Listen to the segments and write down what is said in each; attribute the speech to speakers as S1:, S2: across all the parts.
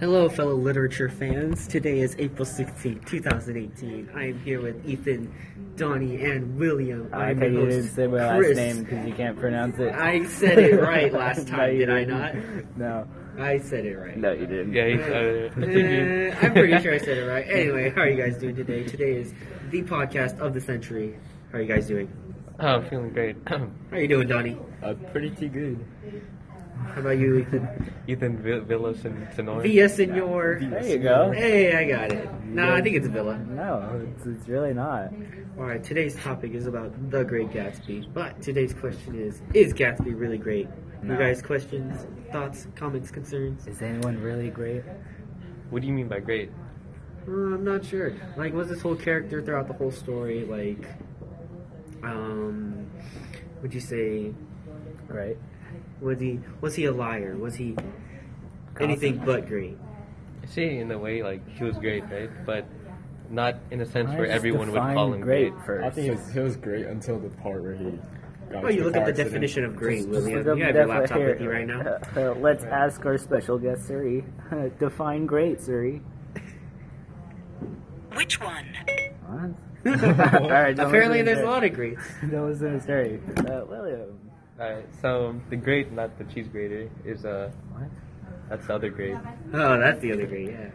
S1: Hello, fellow literature fans. Today is April 16, 2018. I am here with Ethan, Donnie, and William.
S2: I
S1: I'm
S2: thought
S1: your
S2: you
S1: host,
S2: didn't say my last
S1: Chris.
S2: name because you can't pronounce it.
S1: I said it right last
S2: No,
S1: time,
S2: you
S1: did I not?
S2: didn't. No.
S1: I said it right.
S2: No, you didn't.
S3: Yeah, he
S1: Uh,
S3: said it.
S1: uh, I'm pretty sure I said it right. Anyway, how are you guys doing today? Today is the podcast of the century. How are you guys doing?
S3: Oh, I'm feeling great.
S1: How are you doing, Donnie?
S2: Uh, pretty too good.
S1: How about you, Ethan?
S3: Ethan Vill- Villas and Tenor.
S1: Via Senor.
S2: There you go.
S1: Hey, I got it. No, I think it's Villa.
S2: No, it's, it's really not.
S1: All right, today's topic is about the Great Gatsby, but today's question is: Is Gatsby really great? You
S2: No.
S1: guys, questions, thoughts, comments, concerns?
S2: Is anyone really great?
S3: What do you mean by great?
S1: Uh, I'm not sure. Like, was this whole character throughout the whole story like, um, would you say
S2: Right.
S1: was he was he a liar? Was he anything but great?
S3: I say in a way like he was great, right? But not in a sense
S2: Why
S3: where
S2: just
S3: everyone would
S2: define
S3: call him
S2: great
S3: great.
S2: first?
S4: I think he was, he was great until the part where he got
S1: Oh,
S4: into
S1: you look up the
S4: car accident.
S1: definition of great,
S2: Just
S1: William.
S2: look up
S1: You have your
S2: defi-
S1: laptop
S2: here,
S1: with you right now.
S2: uh, uh, let's ask our special guest, Suri. Define great, Suri.
S5: Which one?
S2: What? All right, don't
S1: Apparently,
S2: listen to
S1: there's a
S2: Suri.
S1: lot of greats.
S2: Don't listen to Suri. Uh, William.
S3: Alright, so the great, not the cheese grater, is uh
S2: What?
S3: that's the other grade.
S1: Oh, that's the other great. Yeah.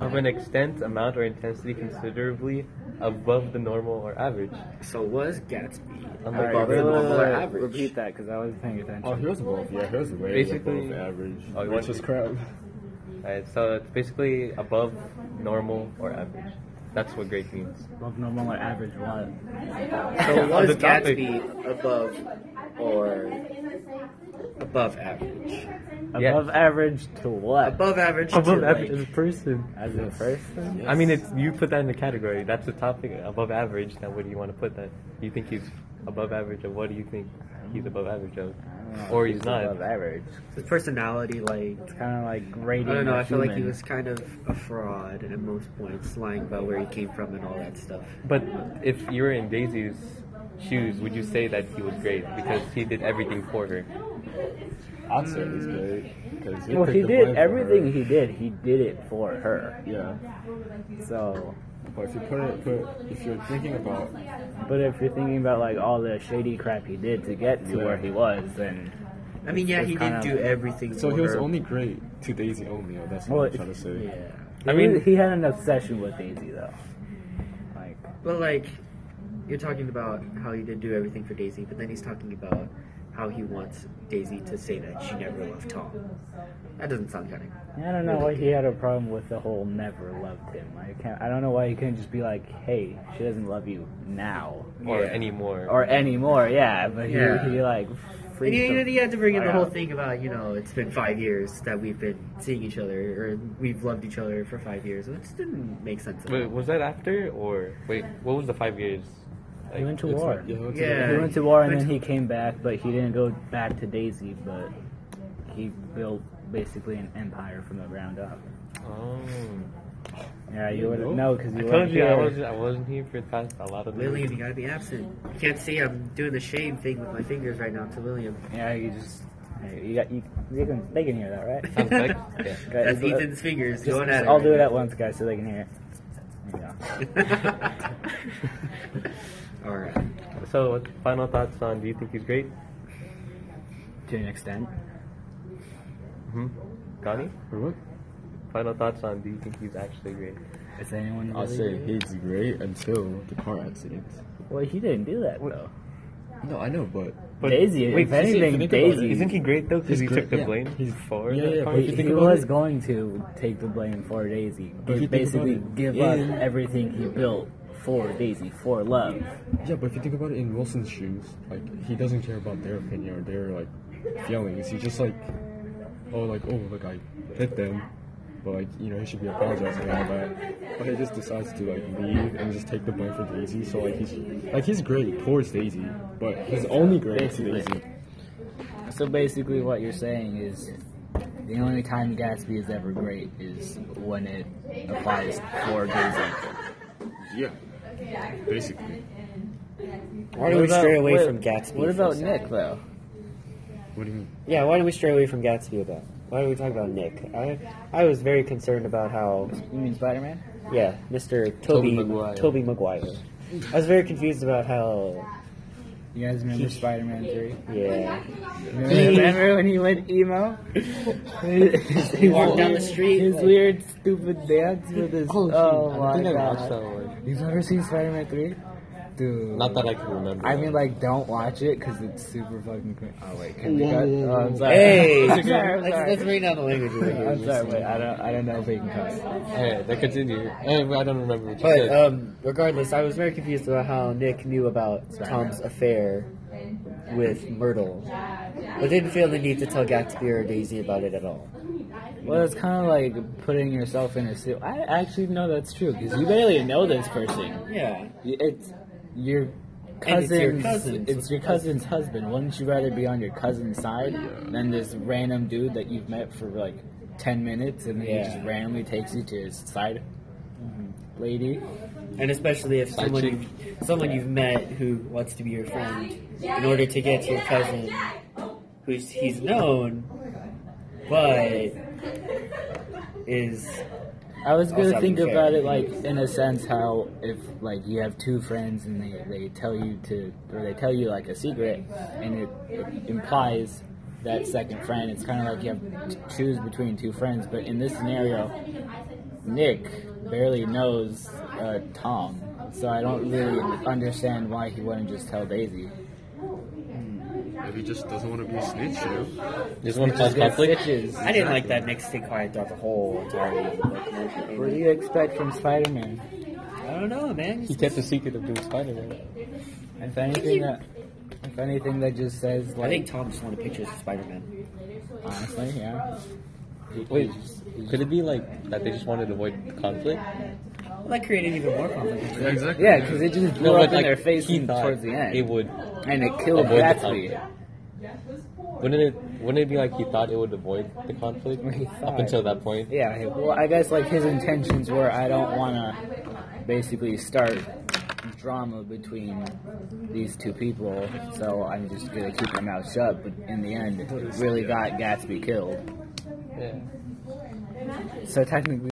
S2: Oh.
S3: Of an extent, amount, or intensity considerably above the normal or average.
S1: So was Gatsby
S3: Unlike
S1: above the
S2: wait, wait,
S1: normal or
S2: wait, wait.
S1: average?
S2: Repeat that because I was paying attention.
S4: Oh, he was above. Yeah, he was way
S3: Basically-
S4: above average.
S3: Oh, he
S4: which
S3: was-
S4: is crap.
S3: Alright, so it's basically above normal or average. That's what great means.
S2: Above normal or average what?
S1: So
S3: on
S1: was
S3: the topic-
S1: Gatsby above or above average?
S3: Yeah.
S2: Above average to what?
S1: Above average. to, Like,
S3: person.
S2: As a person?
S3: I mean, it's you put that in the category. That's the topic above average. Now, what do you want to put that? You think he's above average, or what do you think he's above average of? Or he's
S2: Mm. Above
S3: not.
S2: average.
S1: his personality, like
S2: It's kind of like
S1: I
S2: grading.
S1: don't know.
S2: a
S1: I feel like he
S2: human.
S1: was kind of a fraud at most points, lying about where he came from and all that stuff.
S3: But if you were in Daisy's shoes, would you say that he was great because he did everything for her?
S4: I'd say he's great. 'cause
S2: Well,
S4: picked
S2: he
S4: the
S2: did
S4: blame for
S2: everything he did. He did it for her.
S4: her. Yeah,
S2: So,
S4: but if you put it, put if you're thinking about
S2: but if you're thinking about like all the shady crap he did to get to
S4: Yeah.
S2: where he was, then
S1: I mean, yeah,
S2: It's
S1: he
S2: kind
S1: didn't do
S2: of-
S1: everything.
S4: so
S1: for
S4: he was
S1: her.
S4: only great to Daisy only. Oh, that's what
S2: Well,
S4: I'm trying to
S2: it's-
S4: say.
S1: Yeah,
S2: I
S3: I mean-
S2: mean, he had an obsession with Daisy though. Like,
S1: but like you're talking about how he did do everything for Daisy, but then he's talking about how he wants Daisy to say that she never loved Tom. That doesn't sound kind of
S2: I don't know why he had a problem with the whole never loved him. I can't. I don't know why he couldn't just be like, hey, she doesn't love you now.
S3: Or
S1: Yeah.
S3: anymore?
S2: or anymore. Yeah, but he,
S1: Yeah.
S2: he like.
S1: And
S2: freaked
S1: you,
S2: the
S1: you, you had to bring in the
S2: fuck
S1: whole
S2: out.
S1: thing about, you know, it's been five years that we've been seeing each other, or we've loved each other for five years, which didn't make sense at
S3: wait,
S1: all.
S3: was that after or wait? What was the five years?
S2: He went to
S4: It's
S2: war.
S4: like- yeah, it's
S1: Yeah.
S2: He went to war and then he came back, but he didn't go back to Daisy. But he built basically an empire from the ground up.
S3: Oh,
S2: Yeah, you would
S4: know?
S2: know because
S3: I
S2: you
S3: told
S2: weren't
S3: you I
S2: here.
S3: wasn't. I wasn't here for the past a lot of.
S1: William, you gotta be absent. You can't see I'm doing the shame thing with my fingers right now to William.
S2: Yeah, you just. hey, You got. You, you can, they can hear that, right?
S3: Sounds like- yeah.
S2: Guys,
S1: That's
S2: let-
S1: Ethan's fingers
S2: just-
S1: going
S2: just-
S1: at it.
S2: I'll
S1: right
S2: do it
S1: now.
S2: at once, guys, so they can hear it. There you go.
S1: all right.
S3: So, what- final thoughts on? Do you think he's great?
S2: To an extent.
S3: Hmm. Donnie,
S4: For what?
S3: final thoughts on? Do you think he's actually great?
S2: Is anyone?
S4: I'll
S2: really
S4: say
S2: good?
S4: he's great until the car accident.
S2: Well, he didn't do that though.
S4: No, I know, but
S2: Daisy,
S3: wait,
S2: if
S3: isn't-
S2: anything,
S4: think about it.
S2: Daisy.
S3: Isn't he great though? Because
S4: He's
S3: he
S4: great,
S3: took the
S4: yeah.
S3: blame. He's for
S4: Yeah,
S3: that
S4: yeah,
S3: part?
S4: but
S2: He,
S4: you think
S2: he
S4: about
S2: was
S4: it-
S2: going to take the blame for Daisy,
S4: if
S2: but
S4: you think
S2: basically
S4: about it-
S2: give
S4: Yeah,
S2: up
S4: yeah, yeah.
S2: everything he built for Daisy, for love.
S4: Yeah, but if you think about it in Wilson's shoes, like he doesn't care about their opinion or their like feelings. He's just like, oh, like oh, look, I hit them, but like you know he should be apologizing and all that. But he just decides to like leave and just take the blame for Daisy. So like he's like he's great towards Daisy, but he's only great to Daisy.
S2: So basically, what you're saying is the only time Gatsby is ever great is when it applies for Daisy.
S4: Yeah, basically.
S1: Why
S2: What
S1: do we
S2: about-
S1: stray away
S2: what-
S1: from Gatsby?
S2: What
S1: for a
S2: about
S1: second?
S2: Nick though?
S4: What do you mean?
S1: Yeah, why do we stray away from Gatsby about? Why are we talking about Nick? I I was very concerned about how
S2: You mean Spider Man?
S1: yeah, Mr. Toby
S2: Tobey Maguire.
S1: Toby Maguire. I was very confused about how
S2: You guys remember Spider Man 3?
S1: yeah.
S2: Remember when he went emo? he
S1: walked down the street,
S2: His
S1: like-
S2: weird, stupid dance with his. Oh, my
S3: I think I
S2: god.
S3: watched that one.
S2: You've never seen Spider Man 3? Dude.
S3: Not that I can remember.
S2: I mean, like, don't watch it because it's super fucking. Cr- oh wait, can we
S3: Whoa,
S2: cut?
S3: whoa,
S2: Oh, I'm sorry.
S1: Hey,
S2: I'm sorry. I'm
S1: let's,
S2: sorry.
S1: let's bring down the language over here.
S2: I'm sorry. Wait, I don't. I don't know if we can cut.
S3: Hey, they continue. Hey, I don't remember what you
S1: But
S3: said.
S2: uh,
S1: um, regardless, I was very confused about how Nick knew about Tom's affair with Myrtle, but didn't feel the need to tell Gatsby or Daisy about it at all.
S2: Well, it's kind of like putting yourself in a suit. I actually know that's true because you barely know this person.
S1: Yeah.
S2: Y- It's your
S1: And it's
S2: cousin's.
S1: your cousin's-
S2: it's your cousin's husband. Wouldn't you rather be on your cousin's side than this random dude that you've met for like ten minutes and then he
S1: Yeah. Mm-hmm.
S2: just randomly takes you to his side lady?
S1: And especially if
S3: Side
S1: someone
S3: chick.
S1: you've, someone you've met who wants to be your friend, in order to get to your cousin, who's he's known, but is
S2: I was
S1: Also,
S2: gonna
S1: I'm
S2: think
S1: fair.
S2: about it like in a sense how if like you have two friends and they, they tell you to or they tell you like a secret and it, it implies that second friend it's kind of like you have to choose between two friends but in this scenario Nick barely knows uh, Tom so I don't really understand why he wouldn't just tell Daisy
S4: Maybe he just doesn't want to be a snitch, you know?
S3: You just want to cause
S2: Just get
S3: conflict?
S2: stitches.
S1: I didn't like that Nick stay quiet throughout the whole entire.
S2: What do
S1: Like,
S2: you expect from Spider-Man?
S1: I don't know, man.
S3: He kept the secret of being Spider-Man.
S2: If anything that if anything that just says like
S1: I think Tom just wanted pictures of Spider-Man.
S2: Honestly, yeah.
S3: Wait, could it be like that they just wanted to avoid conflict?
S1: Well, that created even more conflict.
S4: Yeah, exactly.
S2: Yeah, because it just blew up in
S3: like,
S2: their face
S3: he thought
S2: towards the end,
S3: It would.
S2: and it killed
S3: avoid the
S2: Gatsby.
S3: Wouldn't it? Wouldn't it be like he thought it would avoid the conflict
S2: He
S3: up
S2: thought.
S3: until that point?
S2: Yeah, he- well, I guess like his intentions were, I don't want to basically start drama between these two people, so I'm just gonna keep my mouth shut. But in the end, it really got Gatsby killed.
S3: Yeah.
S2: So technically,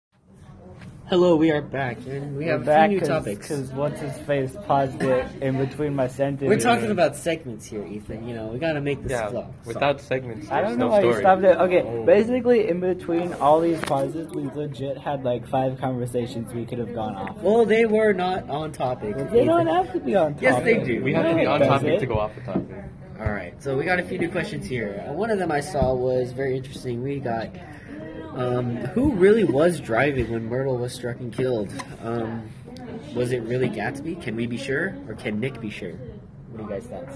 S1: Hello, we are back, and we have a few new topics.
S2: what's his face paused it in between my sentence.
S1: We're talking about segments here, Ethan. You know, we gotta make this flow.
S3: Without segments,
S2: I
S3: there's
S2: don't know
S3: no
S2: why
S3: story.
S2: you stopped it. Okay, basically, in between all these pauses, we legit had like five conversations we could have gone off.
S1: Well, they were not on topic.
S2: They don't have to be on topic.
S1: Yes, they do.
S3: We have to be
S2: No,
S3: on
S2: does
S3: topic
S2: it?
S3: to go off the topic.
S1: All right, so we got a few new questions here. Uh, One of them I saw was very interesting. We got um, who really was driving when Myrtle was struck and killed? Um, was it really Gatsby? Can we be sure, or can Nick be sure? What do you guys think?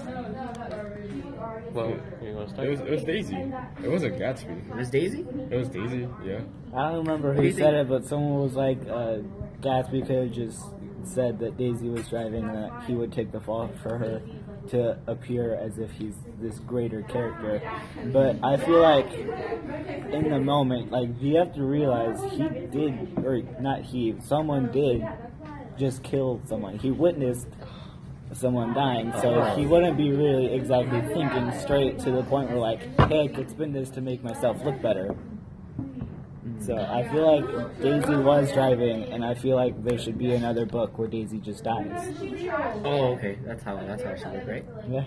S3: Well, you want to
S4: It
S3: start?
S4: was, it was Daisy. It wasn't Gatsby.
S1: It was Daisy.
S4: It was Daisy, yeah.
S2: I don't remember who
S1: Daisy-
S2: said it, but someone was like, uh, Gatsby could have just said that Daisy was driving and that he would take the fall for her to appear as if he's this greater character. But I feel like in the moment, like, you have to realize he did, or not he, someone did just kill someone. He witnessed someone dying, so he wouldn't be really exactly thinking straight to the point where, like, hey, I could spin this to make myself look better. So I feel like Daisy was driving, and I feel like there should be another book where Daisy just dies.
S1: Oh, okay. That's how. That's how she looked, right?
S2: Yeah,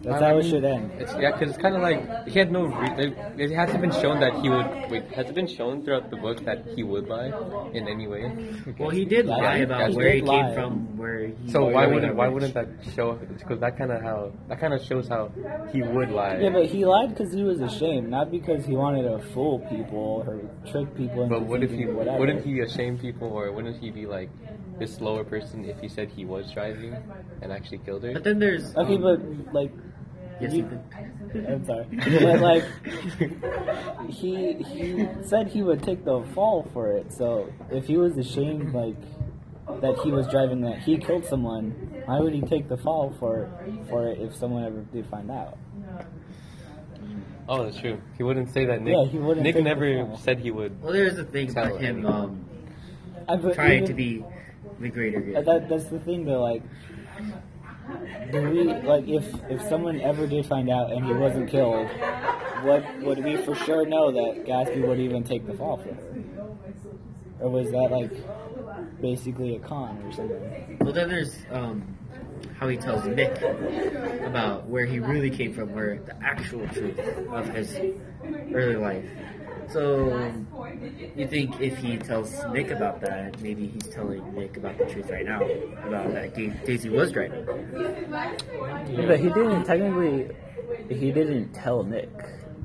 S2: that's
S3: I
S2: how it
S3: mean,
S2: should end.
S3: It's, yeah, because it's kind of like he had no. Re- there- it hasn't been shown that he would. Wait, has it been shown throughout the book that he would lie in any way?
S1: Well, he did
S2: Yeah,
S1: lie about
S2: he
S1: where
S2: did
S1: he
S2: lie.
S1: came from, where he.
S3: So why
S1: where he
S3: wouldn't
S1: got
S3: why
S1: rich.
S3: wouldn't that show? Because that kind of how that kind of shows how he would lie.
S2: Yeah, but he lied because he was ashamed, not because he wanted to fool people or trick people into
S3: But what if he
S2: thinking whatever.
S3: wouldn't he shame people or wouldn't he be like this slower person if he said he was driving and actually killed her?
S1: But then there's.
S2: Okay,
S1: um,
S2: but like,
S1: Yes,
S2: you-
S1: Ethan.
S2: I'm sorry, but like, he he said he would take the fall for it. So if he was ashamed, like. That he was driving, that he killed someone. Why would he take the fall for for it if someone ever did find out?
S3: Oh, that's true. He wouldn't say that. Nick,
S2: Yeah, he wouldn't
S3: Nick
S2: take the
S3: never
S2: fall.
S3: said he would.
S1: Well, there's the thing about him um,
S2: I, but
S1: trying
S2: even-
S1: to be the greater
S2: uh,
S1: good.
S2: That, that's the thing though, like. Do we, like if if someone ever did find out and he wasn't killed,
S6: what would we for sure know that Gatsby would even take the fall for her? Or was that like basically a con or something?
S1: Well, then there's um, how he tells Nick about where he really came from, where the actual truth of his early life. So you think if he tells Nick about that, maybe he's telling Nick about the truth right now about that Da- Daisy was driving.
S2: But he didn't technically. He didn't tell Nick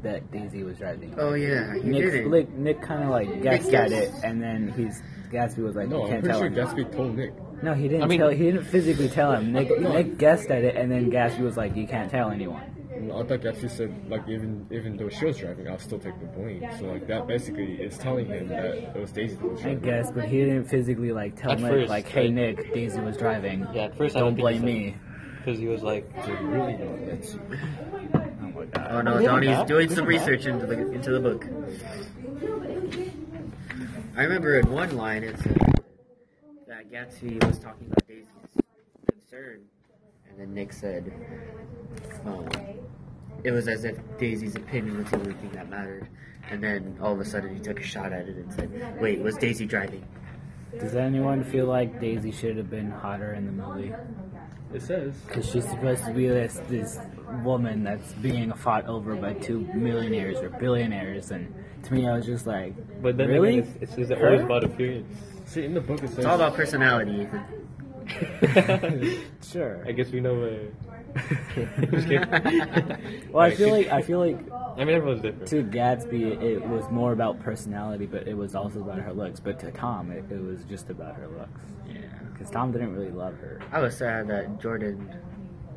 S2: that Daisy was driving.
S1: Oh yeah, he
S2: Nick,
S1: didn't.
S2: Nick, Nick kind of like guessed at
S1: guessed.
S2: it, and then he's Gatsby was like,
S4: No,
S2: "You
S4: I'm
S2: can't
S4: pretty
S2: tell
S4: sure
S2: him."
S4: Gatsby told Nick.
S2: No, he didn't
S3: I mean-
S2: tell. He didn't physically tell him. Nick, Nick guessed at it, and then Gatsby was like, "You can't tell anyone."
S4: I thought Gatsby said like even even though she was driving, I'll still take the blame. So like that basically is telling him that it was Daisy that was
S2: I
S4: driving.
S2: guess, but he didn't physically like tell
S3: At
S2: Nick,
S3: first,
S2: like, "Hey,
S3: like-
S2: Nick, Daisy was driving.
S3: Yeah, at first I
S2: Don't
S3: don't
S2: blame
S3: think he
S2: me."
S3: because he was like,
S4: They really know that's
S2: Oh my god.
S1: Oh no, Donnie's doing some research into the into the book. I remember in one line it said that Gatsby was talking about Daisy's concern, and then Nick said, um, "It was as if Daisy's opinion was the only thing that mattered." And then all of a sudden he took a shot at it and said, "Wait, was Daisy driving?"
S2: Does anyone feel like Daisy should have been hotter in the movie?
S4: it says.
S2: Because she's supposed to be this this woman that's being fought over by two millionaires or billionaires, and to me, I was just like,
S3: but then
S2: really?
S3: again, it's, it's, it's
S2: Her?
S3: always about appearance.
S4: See in the book it says
S1: It's all about personality. Ethan.
S2: sure.
S3: I guess we know where. I'm just kidding.
S2: Well, I feel like I feel like
S3: I mean, everyone's different.
S2: to Gatsby, it was more about personality, but it was also about her looks. But to Tom, it, it was just about her looks.
S1: Yeah.
S2: Because Tom didn't really love her.
S1: I was sad that Jordan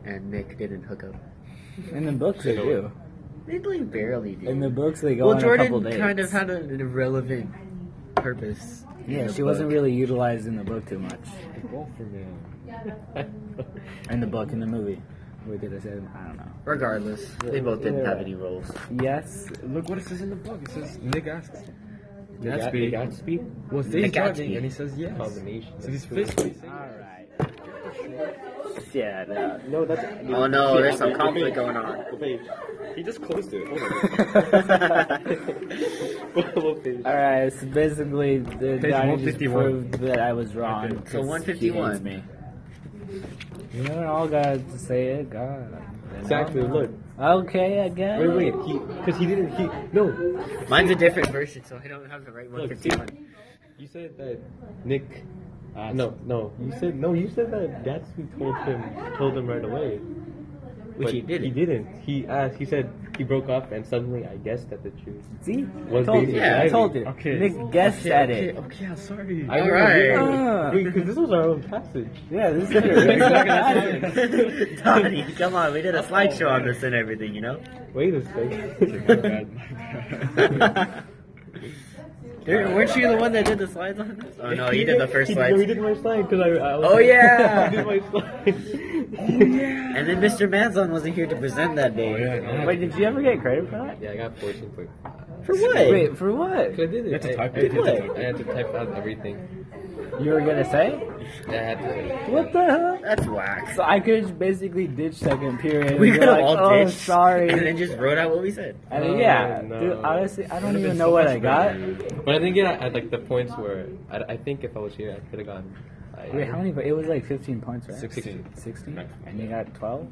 S1: and Nick didn't hook up.
S2: In the books, they do.
S1: They like barely did.
S2: In the books, they go
S1: well,
S2: on a couple
S1: Jordan
S2: dates.
S1: kind of had an irrelevant purpose. in
S2: yeah,
S1: the
S2: she wasn't
S1: book.
S2: really utilized in the book too much.
S4: well for me.
S2: In the book, in the movie. What did I say? I don't know.
S1: Regardless, they both didn't
S2: Yeah.
S1: have any roles.
S2: Yes,
S4: Look what it says in the book. It says Nick asks
S3: Gatsby.
S4: Gatsby
S3: Gatsby.
S4: was Daisy
S1: Nick Gatsby.
S4: driving and he says yes.
S3: Combination.
S4: So he's physically saying
S2: Alright. Yeah, no.
S3: No, that's.
S1: Oh no, there's some conflict going on.
S3: He just closed it.
S2: Alright, so basically, the
S4: Page
S2: Donnie just
S4: 151.
S2: proved that I was wrong.
S1: So
S2: 'cause
S1: 151.
S2: he hates me. You know, all guys say it, God. You know?
S3: Exactly. Look.
S2: Okay, I guess.
S3: Wait, wait. He, because he didn't. He no.
S1: Mine's a different version, so I don't have the right one.
S3: Look,
S1: for T1.
S3: You said that Nick. no, no. You said no. You said that Gatsby told him told him right away.
S1: Which
S3: But
S1: he didn't.
S3: He didn't. He asked. He said he broke up, and suddenly I guessed at the truth.
S2: See?
S3: Was
S2: told
S3: Daisy
S2: you. I
S3: driving?
S2: told you.
S4: Okay.
S2: Nick guessed at it.
S4: Okay, I'm sorry.
S3: I
S1: Alright.
S3: Because this was our own passage.
S2: Yeah, this is it.
S1: Donnie, come on, we did a slideshow on this and everything, you know.
S3: Wait a second. Oh,
S1: weren't you the one that did the slides on this? Oh no, you did the first
S3: he,
S1: slide.
S3: No, he did my slide because I, I. was-
S1: Oh, yeah.
S3: I did my slide.
S1: And then Mr. Manzon wasn't here to present that day.
S4: Oh yeah, no.
S2: Wait, did you ever get credit for that?
S3: Yeah, I got 14 points.
S1: For what?
S2: Wait, for what?
S3: I did it.
S4: That's a typo.
S3: I, I, had to, I had to type out everything.
S2: You were gonna say?
S3: I had to.
S2: What the hell?
S1: That's whack.
S2: So I could basically ditch second period.
S1: We
S2: and be
S1: could have all
S2: like, oh,
S1: ditched
S2: sorry.
S1: and then just wrote out what we said.
S2: I mean,
S3: Oh,
S2: yeah,
S3: no.
S2: dude, honestly, I don't
S4: Would've
S2: even
S4: been
S2: know
S4: so
S2: what
S4: much
S2: I got.
S3: But I think it, I like the points where I, I think if I was here, I could have gotten. I,
S2: Wait, how many? po- It was like 15 points, right?
S4: 16.
S2: 16? And you got 12?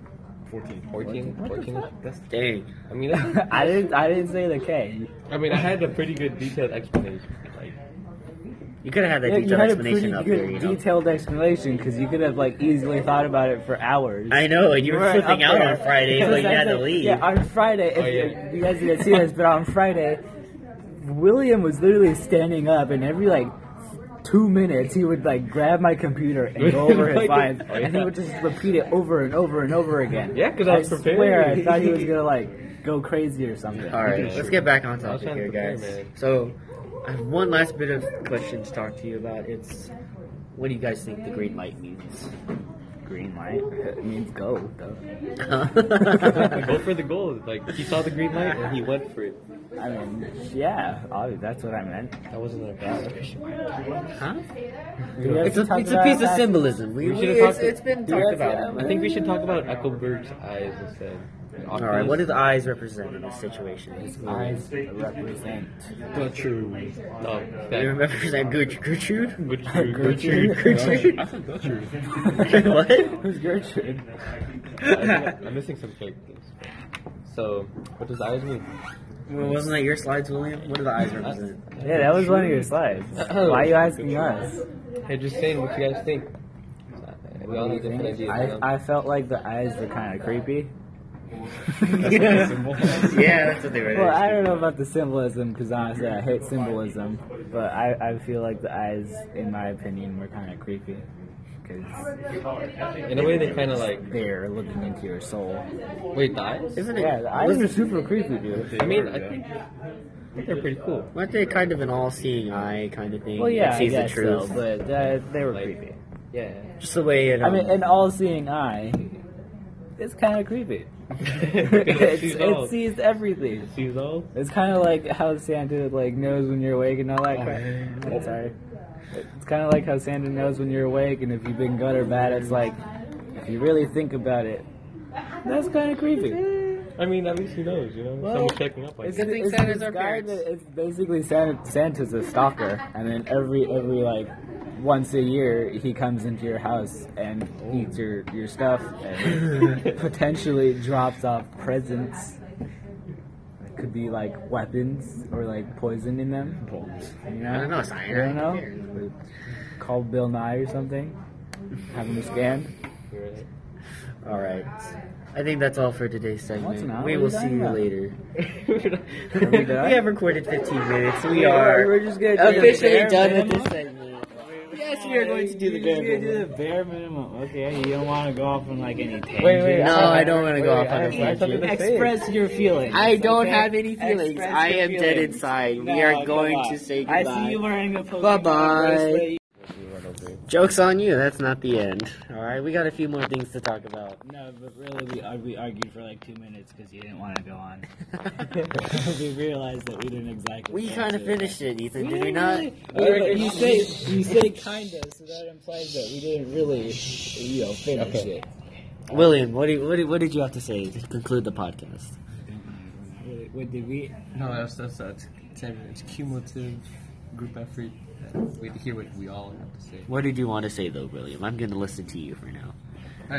S4: 14.
S3: 14?
S2: What the
S3: 14?
S2: fuck?
S3: That's,
S1: Dang.
S3: I mean, that's,
S2: I didn't. I didn't say the K.
S3: I mean, I had a pretty good detailed explanation. Like,
S1: You could have had
S2: Yeah,
S1: that
S2: you
S1: detailed
S2: had a
S1: explanation
S2: pretty
S1: up
S2: good
S1: there, you know.
S2: detailed explanation because you could have like easily thought about it for hours.
S1: I know, and you were
S2: weren't
S1: flipping
S2: up
S1: out
S2: there.
S1: on Fridays
S2: Because
S1: like you
S2: I
S1: had to
S2: said-
S1: leave.
S2: Yeah, on Friday. If
S3: Oh, yeah.
S2: You guys didn't see this, but on Friday, William was literally standing up, and every like two minutes he would like grab my computer and go over his
S3: Like-
S2: lines,
S3: Oh, yeah.
S2: and he would just repeat it over and over and over again.
S3: Yeah, 'cause I was prepared.
S2: swear, I thought he was gonna like go crazy or something.
S1: All right, let's get back on
S3: I was
S1: topic
S3: trying
S1: here,
S3: to prepare,
S1: guys.
S3: man.
S1: So, I have one last bit of question to talk to you about. It's what do you guys think the green light means?
S2: Green light it means go. Though.
S3: go for the goal. Like, he saw the green light and he went for it.
S2: I mean, yeah, obviously, that's what I meant.
S3: That wasn't a bad
S1: huh?
S2: We
S1: It's a,
S2: have
S1: it's
S2: to
S1: a
S2: talk
S1: piece of
S2: about that.
S1: symbolism. We,
S3: We
S1: we
S3: should've
S1: it's,
S3: talked-
S1: it's been
S2: Yes,
S1: talked about.
S2: yeah.
S3: I think we should talk about Eckelberg's eyes instead.
S1: All right, what do the eyes represent in this situation?
S6: Eyes represent.
S4: Not true.
S3: No,
S1: They
S3: that,
S1: represent Gertrude. Gertrude?
S3: Gertrude.
S6: Gertrude.
S4: I said not true.
S1: what?
S6: Who's Gertrude?
S3: I'm missing some characters. So, what does eyes mean?
S1: Well, wasn't that your slides, William? What do the eyes represent?
S2: Yeah, that was one of your slides. Why are you asking us?
S3: Hey, just saying what you guys think. We all need different ideas. you know?
S2: I, I felt like the eyes were kind of creepy.
S1: yeah, that's what they were.
S2: Well, I don't know about the symbolism because honestly, I hate symbolism. But I, I feel like the eyes, in my opinion, were kind of creepy because
S3: In a way, they kind of like
S2: they're looking into your soul.
S3: wait the eyes.
S1: Isn't it?
S2: Yeah, the eyes are super creepy, dude.
S3: I mean, I think, I think they're pretty cool.
S1: Aren't they kind of an all-seeing eye kind of thing?
S2: Well,
S1: It
S2: yeah, I
S1: sees
S2: guess
S1: the truth.
S2: so, but uh, they were
S3: Like-
S2: creepy.
S3: Yeah.
S1: Just the way it.
S2: I
S1: Um,
S2: mean, an all-seeing eye. It's kind of creepy.
S3: It
S2: it's,
S3: sees all.
S2: it sees everything.
S3: Sees all.
S2: It's kind of like how Santa like knows when you're awake and all that crap. I'm sorry. It's kind of like how Santa knows when you're awake and if you've been good or bad. It's like if you really think about it, that's kind of creepy.
S3: I mean, at least he knows, you know.
S2: Well,
S3: Someone's checking up on
S2: It's,
S3: you.
S1: think
S2: it's
S1: Santa's
S2: this
S1: our
S2: guy
S1: parents.
S2: that- it's basically Santa, Santa's a stalker, and then every every like once a year he comes into your house and eats your your stuff and potentially drops off presents. It could be like weapons or like poison in them. You know?
S1: I don't know, cyanide.
S2: You don't know? Call Bill Nye or something. Have him scan.
S3: You're right.
S1: all right. I think that's all for today's
S2: it's
S1: segment.
S2: not.
S1: We
S2: What are
S1: will
S2: you
S1: see
S2: talking
S1: you
S2: about?
S1: later.
S2: Are we done?
S1: have recorded 15 minutes. We
S2: Yeah,
S1: are
S2: we're just gonna do the
S1: officially
S2: bare
S1: done with
S2: minimum.
S1: this segment. Yes, we are going to do the
S2: You're
S1: bare
S2: gonna do
S1: minimum.
S2: the bare minimum. Okay, you don't want to go off on like any tangent.
S3: Wait, wait,
S1: No, I don't want to go
S3: Wait,
S1: off on a
S3: I have- I have something
S1: tangent.
S3: to say.
S2: Express your feelings.
S1: I don't
S2: okay?
S1: have any feelings.
S2: Express
S1: I
S2: your
S1: am dead
S2: feelings.
S1: inside. We
S2: No,
S1: are
S2: come
S1: going
S2: on.
S1: to say
S2: I
S1: goodbye.
S2: see you wering a Pokemon
S1: Bye-bye.
S2: bracelet.
S1: Joke's on you. That's not the end. All right, we got a few more things to talk about.
S2: No, but really, we, ar- we argued for like two minutes because you didn't want to go on. we realized that we didn't exactly.
S1: We
S2: get
S1: kind of
S2: to it.
S1: finished it, Ethan, did we not?
S2: Wait, but you say you say kind of, so that implies that we didn't really, you know, finish
S4: Okay.
S2: it.
S1: William, what, do you, what, do, what did you have to say to conclude the podcast?
S2: Really, What did we?
S3: No, that's that's that's it's cumulative group effort. We have to hear what we all have to say.
S1: What did you want to say, though, William? I'm going to listen to you for now.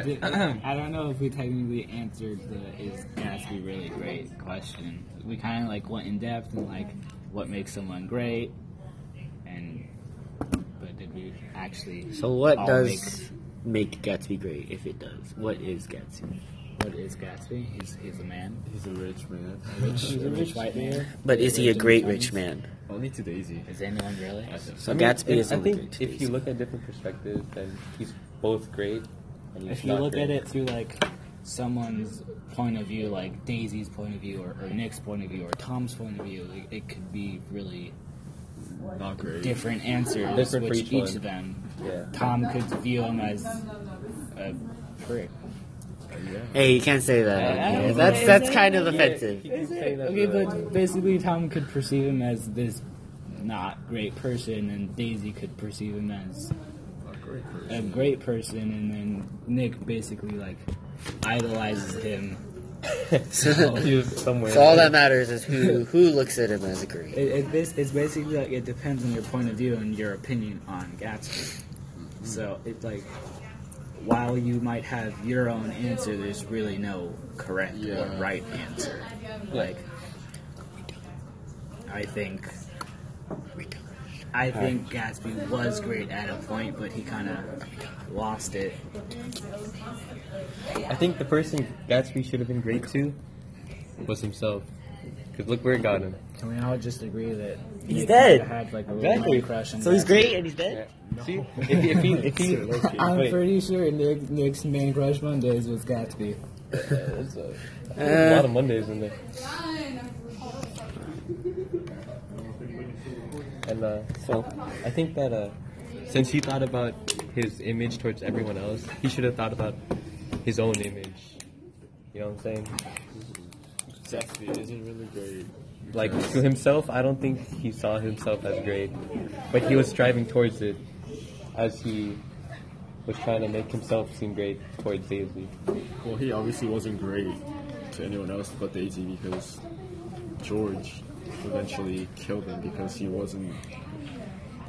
S2: Did, I don't know if we technically answered the is Gatsby really great question. We kind of like went in depth and like what makes someone great, and but did we actually?
S1: So, what
S2: all
S1: does make Gatsby great, if it does? What is Gatsby?
S2: make- what is Gatsby? He's, he's a man.
S4: He's a rich man.
S2: He's a rich white man.
S1: But is he a great rich man?
S4: Only to Daisy.
S2: Is anyone really?
S1: So, Gatsby is a
S3: I
S1: great
S3: think if you look at different perspectives, then he's both great. And he's
S2: if you
S3: not
S2: look
S3: great.
S2: at it through like someone's point of view, like Daisy's point of view, or, or Nick's point of view, or Tom's point of view, it, it could be really
S4: Not great.
S2: different answers,
S3: Different for
S2: which
S3: each
S2: each,
S3: one.
S2: of them.
S3: Yeah.
S2: Tom could view him as a prick.
S1: Hey, you can't say that.
S2: Yeah,
S1: Yeah,
S2: yeah,
S1: that's
S2: yeah.
S1: that's kind of offensive.
S3: He keeps saying that
S2: Okay,
S3: for, like,
S2: but basically Tom could perceive him as this not great person, and Daisy could perceive him as a great person, and then Nick basically like idolizes him.
S1: so
S3: he was somewhere.
S1: all that matters is who who looks at him as a great.
S2: It, it, this it's basically like it depends on your point of view and your opinion on Gatsby. So it's like while you might have your own answer, there's really no correct
S4: Yeah.
S2: or right answer. Like I think I think Gatsby was great at a point, but he kind of lost it.
S3: I think the person Gatsby should have been great to was himself. Because look where it got him.
S2: Can we all just agree that
S1: He's Nick dead. kinda
S2: Had like a
S3: Exactly. mind
S2: Crush
S1: So he's great and he's dead.
S3: See? If he, if he, if he
S2: I'm
S3: wait,
S2: pretty sure Nick, Nick's main crush Mondays was Gatsby.
S3: there's a, there's a lot of Mondays in there. And uh, so I think that uh, since he thought about his image towards everyone else, he should have thought about his own image. You know what I'm saying?
S4: Gatsby isn't really great.
S3: Like to himself, I don't think he saw himself as great, but he was striving towards it as he was trying to make himself seem great towards Daisy.
S4: Well, he obviously wasn't great. to anyone else but Daisy because George eventually killed him because he wasn't.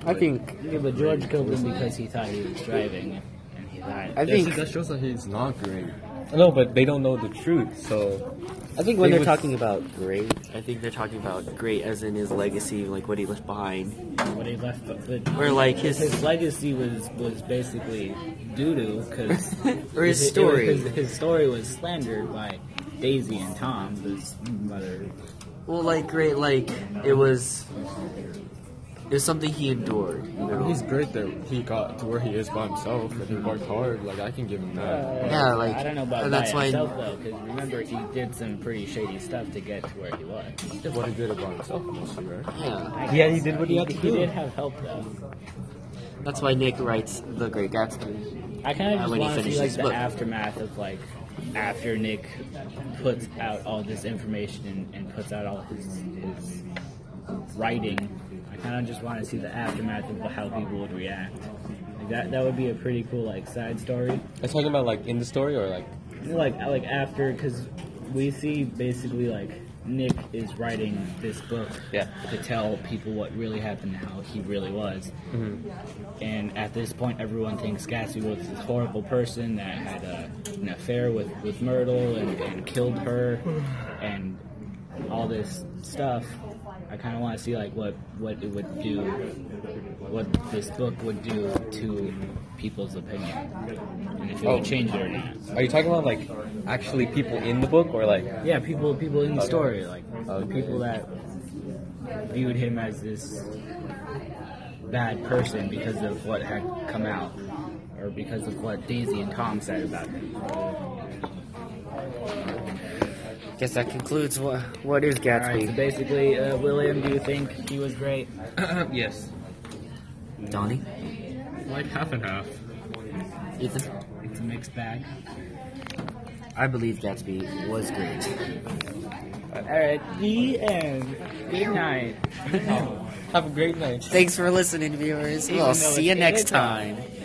S1: I think
S2: Yeah, but George killed him because he thought he was driving, and he died.
S1: I think
S4: that shows that he's not great.
S3: No, but they don't know the truth, so
S1: I think when
S3: They
S1: they're
S3: would-
S1: talking about great, I think they're talking about great as in his legacy, like what he left behind.
S2: What he left, but
S1: Or like his-
S2: his legacy was was basically doo doo because
S1: Or his story.
S2: His, his story was slandered by Daisy and Tom, his mother.
S1: Well, like great, like it was, it was something he endured. You know?
S4: He's great that he got to where he is by himself and he worked hard. Like I can give him that.
S1: Yeah, like,
S2: I don't know about
S1: and
S2: by
S1: that's why-
S2: himself though, because remember he did some pretty shady stuff to get to where he was.
S4: What he did about himself mostly, right?
S1: yeah,
S2: I
S3: Yeah, he
S2: guess.
S3: did what he had to
S2: He
S3: do.
S2: did have help though.
S1: that's why Nick writes The Great Gatsby.
S2: I kind
S1: Uh,
S2: of just
S1: when he
S2: want to see
S1: finishes
S2: like
S1: his
S2: the
S1: book.
S2: aftermath of like after Nick puts out all this information and, and puts out all his, his writing. I kind of just want to see the aftermath of how people would react. Like that that would be a pretty cool like side story.
S3: I'm talking about like in the story or like
S2: Like like after because we see basically like Nick is writing this book
S3: Yeah.
S2: to tell people what really happened and how he really was. And at this point, everyone thinks Gatsby was this horrible person that had a, an affair with, with Myrtle and, and killed her and all this stuff. I kind of want to see like what, what it would do, what this book would do to people's opinion, and if it
S3: Oh.
S2: would change it or not.
S3: are you talking about like actually people in the book or like
S2: Yeah, people people in the story, like the people that viewed him as this bad person because of what had come out, or because of what Daisy and Tom said about him.
S1: Guess that concludes what what is
S2: All right, so
S1: Gatsby.
S2: basically, uh, William, do you think he was great?
S3: yes.
S1: Donnie,
S3: Like half and half.
S1: Ethan,
S2: It's a mixed bag.
S1: I believe Gatsby was great.
S2: All right, the end. Good night.
S3: Have a great night.
S1: Thanks for listening, viewers.
S2: Even
S1: We'll
S2: though
S1: see you
S2: it's
S1: next
S2: eight o'clock.
S1: time.